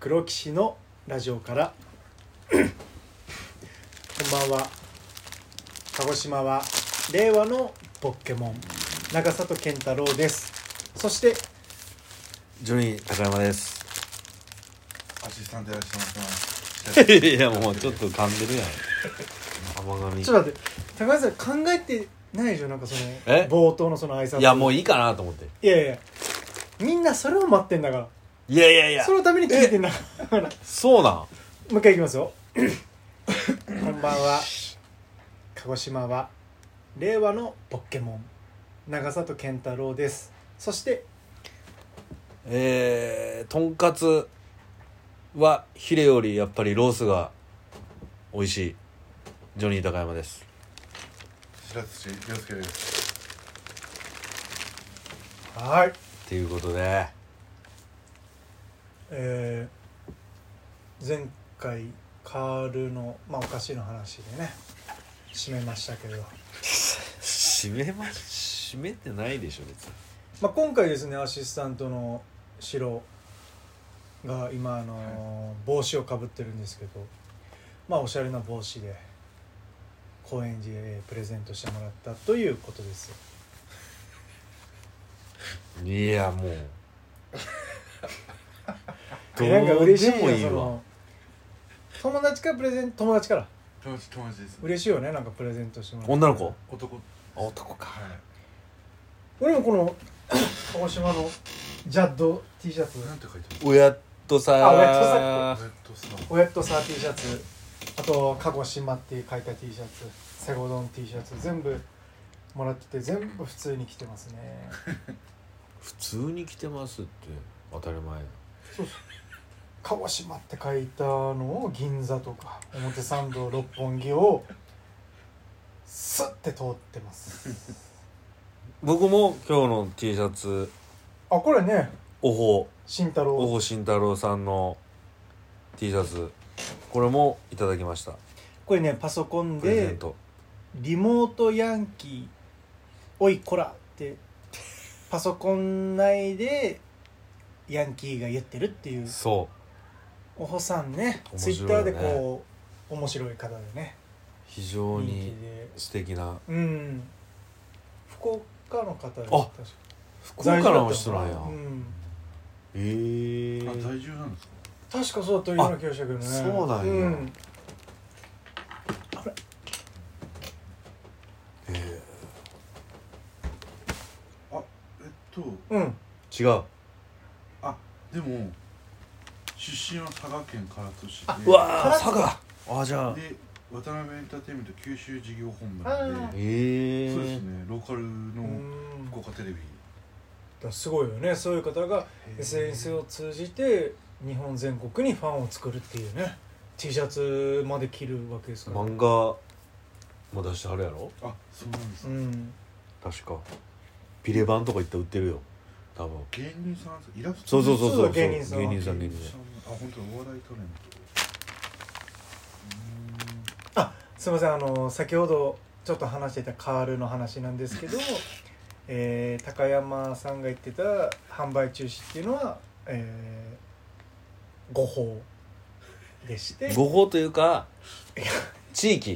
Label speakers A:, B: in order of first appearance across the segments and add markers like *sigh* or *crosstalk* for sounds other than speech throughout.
A: 黒騎士のラジオから *coughs* こんばんは鹿児島は令和のポケモン中里健太郎ですそして
B: 順位高山です。
C: アシスタントやらせてもらってます。
B: いやもうちょっと噛んでるやん。甘
A: ち
B: 髪。
A: ょっと待って高橋さん考えてないでしょなんかその
B: え
A: 冒頭のその挨拶
B: いやも
A: う
B: ういいかなと思って。
A: いやいやみんなそれを待ってんだか
B: いやいやい
A: ら
B: や
A: そ。のために聞いてんだから
B: そうなん。
A: もう一回いきますよ *coughs* こんばんは鹿児島は令和のポケモン長里健太郎ですそして
B: えー、とんかつはヒレよりやっぱりロースが美味しい。ジョニー高山です。
C: 白土亮介です。
A: はい
B: ということで、
A: えー、前回カールの、まあ、お菓子の話でね締めましたけど
B: 締めま締めてないでしょ別に。
A: まあ、今回ですねアシスタントのシロが今、あのー帽子をかぶってるんですけどまあおしゃれな帽子で高円寺へプレゼントしてもらったということです。
B: いやもう
A: *laughs* なんか嬉しい
B: ど
A: よ
B: うでもいい
A: そ
B: わ
A: の。友達からプレゼント友達から
C: 友達友達です。
A: 嬉しいよねなんかプレゼントしてもらって
B: 女の子。
C: 男は
B: あ男か。
A: 俺もこの *coughs* 鹿児島のジャッド T シャツ
C: い。なんて書いてある。
B: 親とさ
A: あ親
C: ウェットスノー。
A: ウェットサー T シャツあと鹿児島って書いた T シャツセゴドン T シャツ全部もらってて全部普通に着てますね
B: *laughs* 普通に着てますって当たり前
A: 鹿児島って書いたのを銀座とか表参道六本木をスッて通って
B: *laughs*
A: ます
B: 僕も今日の T シャツ
A: あこれね
B: おほ
A: 慎太
B: お
A: 郎
B: ほ慎太郎さんの T シャツこれもいただきました
A: これねパソコン
B: プレゼ
A: で
B: ント
A: リモートヤンキーおいこらってパソコン内でヤンキーが言ってるっていう
B: そ
A: おほさんね
B: 面
A: ツイ
B: 白いね
A: ッターでこう面白い方でね
B: う非常
A: 人
B: に
A: 気で
B: 素敵な
A: うん福岡の方で
B: あ
A: 確か
B: 福岡の人なんや
A: 在住だったのかうん、
B: ええ
C: あ在住なんですか。
A: 確かそうだったような気がしたけどね
B: あそうな
A: う
B: んや
A: ん、
B: え
C: えっと
A: うん
B: ー違う
C: でも出身は佐賀県唐津市
B: う
C: で。
B: わー佐賀あじゃあ
C: で渡辺エンターテインメント九州事業本部
A: あ
C: なんで。
B: ええ
C: そうで
B: ー、
C: すね。ローカル
A: う
C: の
A: ん、だか
C: 福岡テレビ。
A: らすごいよねそういう方が SNS を通じて日本全国にファンを作るっていうね T シャツまで着るわけですから、
B: 漫画も出してはるやろ
C: あそうなんです
A: う
C: ね。
A: ん
B: 確かビレバンとか行ったら売ってるよ多分
C: 芸人さんイラスト。
B: そうそうそうそう
A: そう芸人さん
B: 芸人さん芸人さん
C: あ本当お笑いタレント。うーん
A: すみませんあの先ほどちょっと話していたカールの話なんですけど、 *laughs* えー高山さんが言ってた販売中止っていうのは、えー誤報でして
B: 誤報というか地域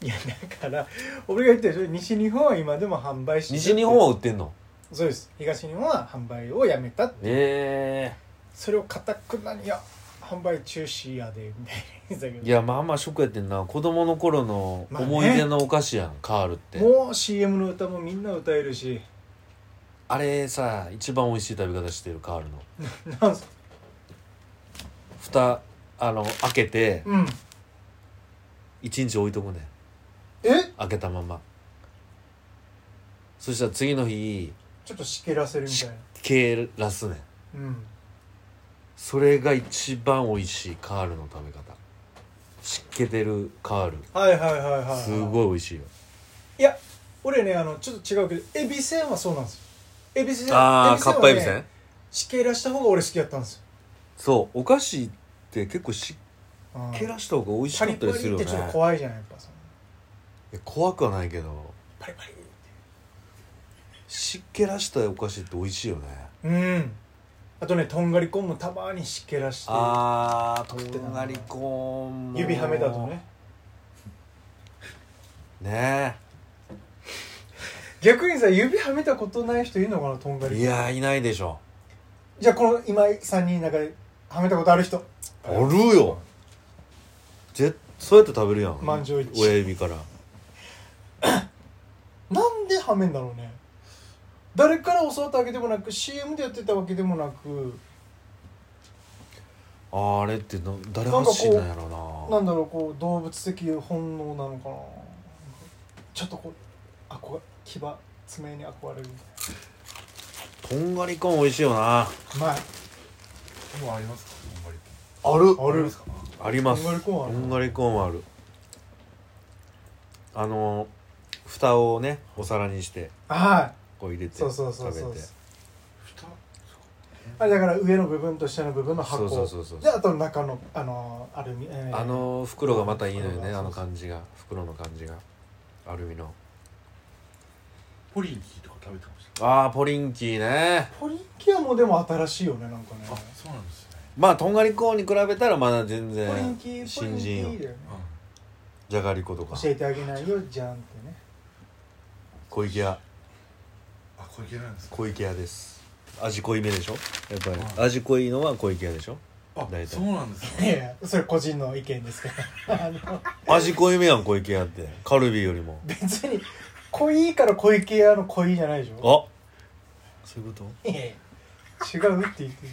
A: いやだから俺が言ってるでしょ西日本は今でも販売してるって
B: 西日本は売ってんの
A: そうです東日本は販売をやめた
B: え
A: それをかたくなにいや販売中止やでみたいな言ってたけど
B: いやまあまあショックやってんな子供の頃の
A: まあね
B: 思い出のお菓子やん、カールって
A: もう CM の歌もみんな歌えるし
B: あれさ一番美味しい食べ方してるカールの
A: なんす
B: 蓋あの開けて
A: うん
B: 一日置いとくねん
A: え
B: 開けたままそしたら次の日
A: ちょっとしけらせるみたいな
B: 蹴らすねん
A: うん
B: それが一番美味しいカールの食べ方湿気てるカール
A: はいはいはいはいはい
B: す
A: い
B: ごい美味しいよ
A: や俺ねあのちょっと違うけどエビせんはそうなんですよエビせん
B: ああ
A: せんは
B: かっ
A: ね
B: ぱえびせん
A: しけらした方が俺好きやったんですよ
B: そうお菓子って結構湿
A: うん
B: 気らした方が美味し
A: パ
B: か
A: リ
B: っ
A: パ
B: たり
A: リっ
B: するよね
A: てちょっと怖いじゃないやっぱその
B: いや怖くはないけど
A: パリパリって
B: 湿気らしたお菓子って美味しいよね
A: うんあとねとんがりコーンもたまに湿気らして
B: あ
A: 食っ
B: ー
A: て
B: と
A: たなん
B: がりコーンも
A: 指はめたとね
B: ね
A: 逆にさ指はめたことない人いるのかなとんが
B: え
A: り
B: いやーいないでしょ
A: じゃあこの今3人の中ではめたことある人
B: あるよぜそうやって食べるやん
A: 満場一致
B: 親指から
A: なんではめんだろうね誰から教わったわけでもなく CM でやってたわけでもなく
B: あーあれってな誰発信なんやろうな
A: なんだろうこう動物的本能なのかなちょっとこうあこ牙爪に憧れるみた
B: とんがりコーン美味しいよない
A: なうまい
C: もうありますかとんがり
B: ある
A: あ
C: あり
A: る
C: ますか
B: あります
A: とんがりコーンあ
B: と
A: る
B: んがりコーンはあるあの蓋をねお皿にして
A: はい
B: こう入れて
A: そう
B: 食
A: そうそうそう
B: べて
C: 蓋
A: あれだから上の部分と下の部分の
B: そ
A: 箱
B: うそうそうそう
A: であと中のあのアルミ、えー
B: あの袋がまたいいのよ
A: そう
B: ね
A: そう
B: あの感じが袋の感じがアルミの
C: ポリンキーとか食べてました
B: あーポリンキーね
A: ポリキアもでも新しいよねなんかね
C: あそうなんですね
B: まあとんがりコーンに比べたらまだ全
A: ポリン
B: 然
A: キーポリン
B: 新
A: キ
B: 人よ
A: ーだよね
B: じゃがりことか
A: 教えてあげないよじゃんってね
B: 小池屋
C: あこれいけないんですか
B: 小池屋です味濃いめでしょやっぱり
C: あ
B: 味濃いのは小池屋でしょ
C: あ
B: 大体
C: そうなんです
A: い
C: か
A: やいやそれ個人の意見ですけど *laughs* あの
B: 味濃いめやん小池屋ってカルビよりも
A: 別に濃いから小池屋の濃いじゃないでしょ
B: あそういうこと
A: いやいや違うって言ってる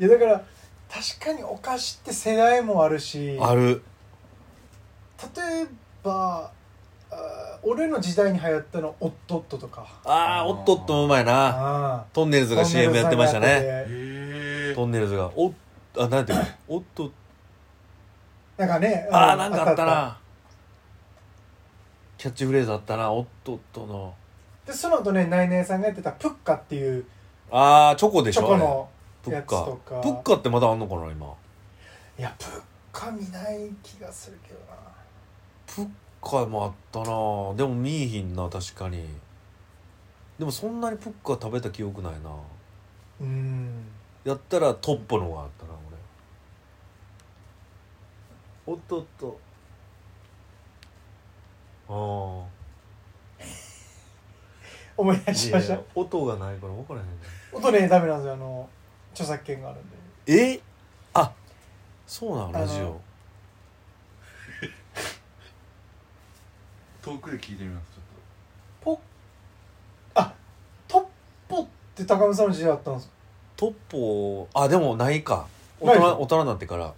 A: いやだから確かにお菓子って世代もあるし
B: ある
A: 例えばあー俺の時代に流行ったのおっとっととか
B: あーおっとっともうまいな
A: あ
B: トンネルズが CM やってましたね
C: へえ
B: トンネルズがおあなんていうのおっと
A: なんかね
B: あ
A: う
B: ーなんかあったなキャッチフレーズあったなおっとっとの
A: でその後ねナイナイさんがやってたプッカっていう
B: あーチョコでし
A: チ
B: ょ
A: ョコの
B: あれ
A: やつとか
B: プッカプッカってまだあんのかな今
A: いやプッカ見ない気がするけどな
B: プッカもあったなでも見えひんな確かにでもそんなにプッカ食べた記憶ないな
A: うーん
B: やったらトッポのがあったな俺おっとっとああ
A: 思い出しました
B: 音がないから分からへん
A: 音ねダメなんですよあの著作権があるんで
B: えあそうなの
A: あの
B: ラジオ
C: 遠くで聞いてみますちょっ
A: ポッあトッポって高見さんの時代あったんですか
B: トッポあでもないか大
A: ないでし
B: 人
A: ょ
B: 大人になってから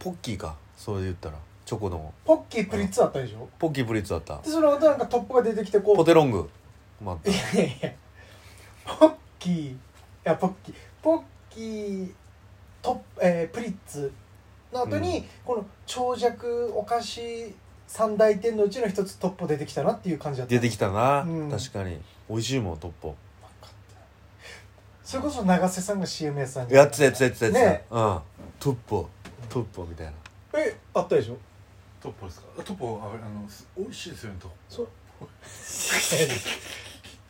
B: ポッキーかそれで言ったらチョコの
A: ポッキープリッツあったでしょ
B: ポッキープリッツだった
A: でその後なんかトッポが出てきてこう
B: ポテロングもあった
A: いやいやいやポッキーいやポッキーポッキートッ、えープリッツの後に、
B: う
A: この長尺お菓子三大店のうちの一つトッポ出てきたなっていう感じだった
B: 出てきたな、
A: うん
B: 確かに美味しいもんトッポ
A: それこそ永瀬さんが CM やってたんじゃない
B: やってたやってたやってたやってた、
A: ね
B: うんトッポトッポみたいな
A: ええあったでしょ
C: とトッポですかあトッポああのす美味しいですよねトッ
A: そ
C: ポ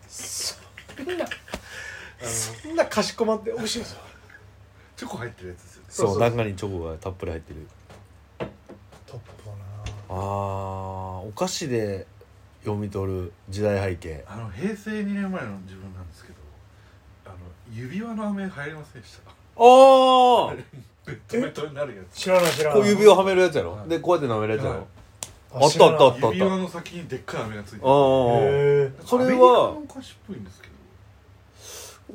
A: そんな
C: あのチ
A: そんなかしこまって美味しいですよ
C: ョコ入ってるやつですよね
B: そう
A: そうそう
B: 中にチョコがたっぷり入ってる
A: トッポな
B: あーお菓子で読み取る時代背景
C: あの平成2年前の自分なんですけどあの指輪の飴入りませんでした
B: おー
C: ベッドベトになるやつ
A: 知らない知らない
B: こ
A: う
B: 指をはめるやつやろ
C: はい
B: でこうやって舐めるやつや
C: はい
B: ろあったあったあった
C: 指輪の先にでっかい飴がついてる
B: あー
A: へ
C: なんか
B: それは
C: アメリカのお菓子っぽいんですけど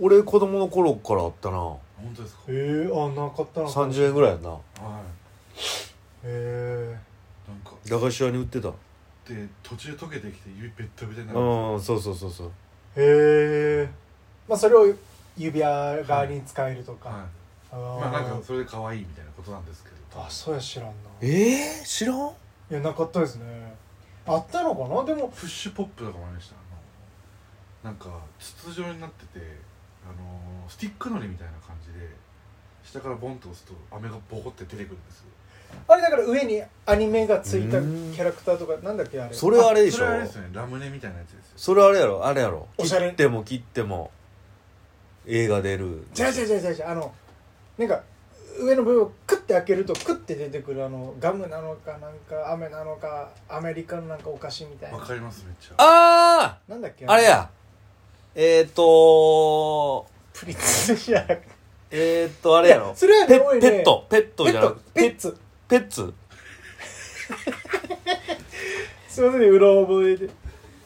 B: 俺子供の頃からあったな
C: 本当ですか
A: えへえあなかったなへ
B: 30円ぐらいやんな
C: は
A: え
C: いなんか
B: 駄菓子屋に売ってたう
C: で途中溶けてきて指ベッドベトになる
B: んそうそうそうそう
A: へえまあそれを指輪代わりに使えるとか、
C: はい
A: あ
C: まあ
A: ー
C: なんかそれで可愛いみたいなことなんですけど
A: あそうや知らんな
B: え
A: い
B: ー、知らん
A: やなかったですねあったのかなでも
C: プッシュポップとかもありましたあのなんか筒状になっててあのスティックのりみたいな感じで下からボンと押すと飴がボコって出てくるんですよ
A: あれだから上にアニメがついたキ
B: うん
A: ャラクターとかなんだっけあれ
B: それはあれでしょ
C: それあれですよねラムネみたいなやつですよ
B: それあれやろあれやろ
A: お
B: 切
A: しゃれ
B: っても切っても映画出る
A: 違う違う違う違う違うあのなんか上の部分をクッて開けるとクッて出てくるあのガムなのかなんか雨なのかアメリカのなんかお菓子みたい
C: わ
A: な
C: かりますめっちゃ
B: あ
A: なんだっけ
B: ああれやえっ、ー、と
A: プリンスじゃなくて
B: えっ、ー、とあれや
A: *laughs*
B: ろ
A: それはね
B: ペ
A: 多いね
B: ペットペット
A: ペ
B: じゃ
A: ッ
B: な
A: ト
B: く
A: ペ
B: て
A: ッツ
B: ペッツ
A: すいませんねうろ覚えで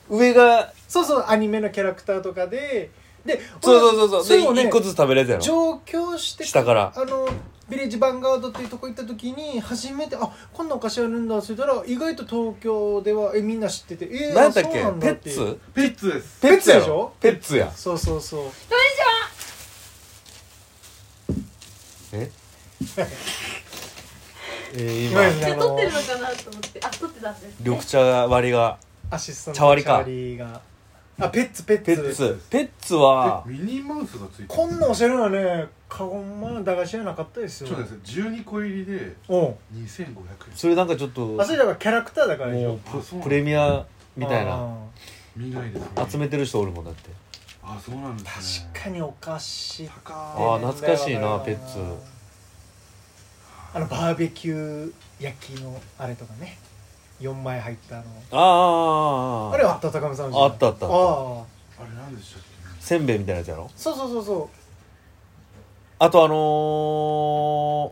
B: 上が
A: そうそうアニメのキャラクターとかでで
B: そうそうそうそう
A: れを
B: で
A: ね
B: 一個ずつ食べれるやろ
A: 上京して
B: 下から
A: あのビレッジヴァンガードっていうとこ行った時に初めてあこんなお菓子あるんだそれたら意外と東京ではえみんな知っててえー、
B: 何やったっけ
A: そうなん
B: ペ
A: だ
B: ッ
A: て
B: ツ
C: ペッツです
A: ペッツ
B: や
A: でし
B: ろ
A: ょ
B: ペッツや
A: そうそうそう
B: え
A: *laughs*
B: えー
A: 今です
B: 今
A: ね
D: 撮ってるのかなと思ってあ撮ってたんですね
B: 緑茶割りが
A: アシスタント
B: 茶割りか
A: 茶割りがあペッツペッツ
B: ペッツペッツは
C: えミニーマウスがついてる
A: こんなおしゃれなねかほんまの駄菓子屋なかったですよ
C: そうです12個入りで
A: おう
C: 2500円
B: それなんかちょっとも
A: あそれだからキャラクターだからでしょ
B: うププレミアみたいな
C: 見ないですね
B: 集めてる人おるもんだって
C: あそうなん
A: あ
C: です
A: ー
C: ね
A: 確かにお菓子って
C: 高
B: あー懐かしいなペッツ
A: あのバーベキュー焼きのあれとかね4枚入ったあの
B: ああああ
A: あれはあった高見さん
B: あったあったあった
A: ああ
C: あれなんでしたっ
B: せんべいみたいなやつやろ
A: そうそうそうそ
B: あとあのー、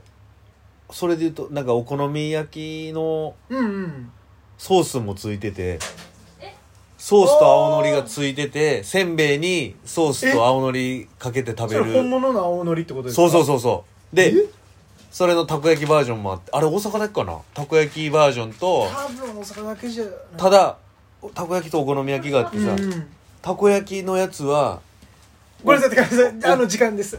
B: それで言うとなんかお好み焼きの
A: ううんうん
B: ソースもついててソースと青のりがついててせんべいにソースと青のりかけて食
A: そ
B: べ
A: れ本
B: る
A: 物の青のりってことです
B: そ
A: か
B: うそう
A: う
B: そうそうでそれのたこ焼きバージョンもあってあれ大阪だけかなたこ焼きバージョンと
A: 多分大阪だけじゃ
B: ただたこ焼きとお好み焼きがあって
A: うん
B: さ、
A: うん
B: たこ焼きのやつは
A: ごめんなさい高見さんあの時間です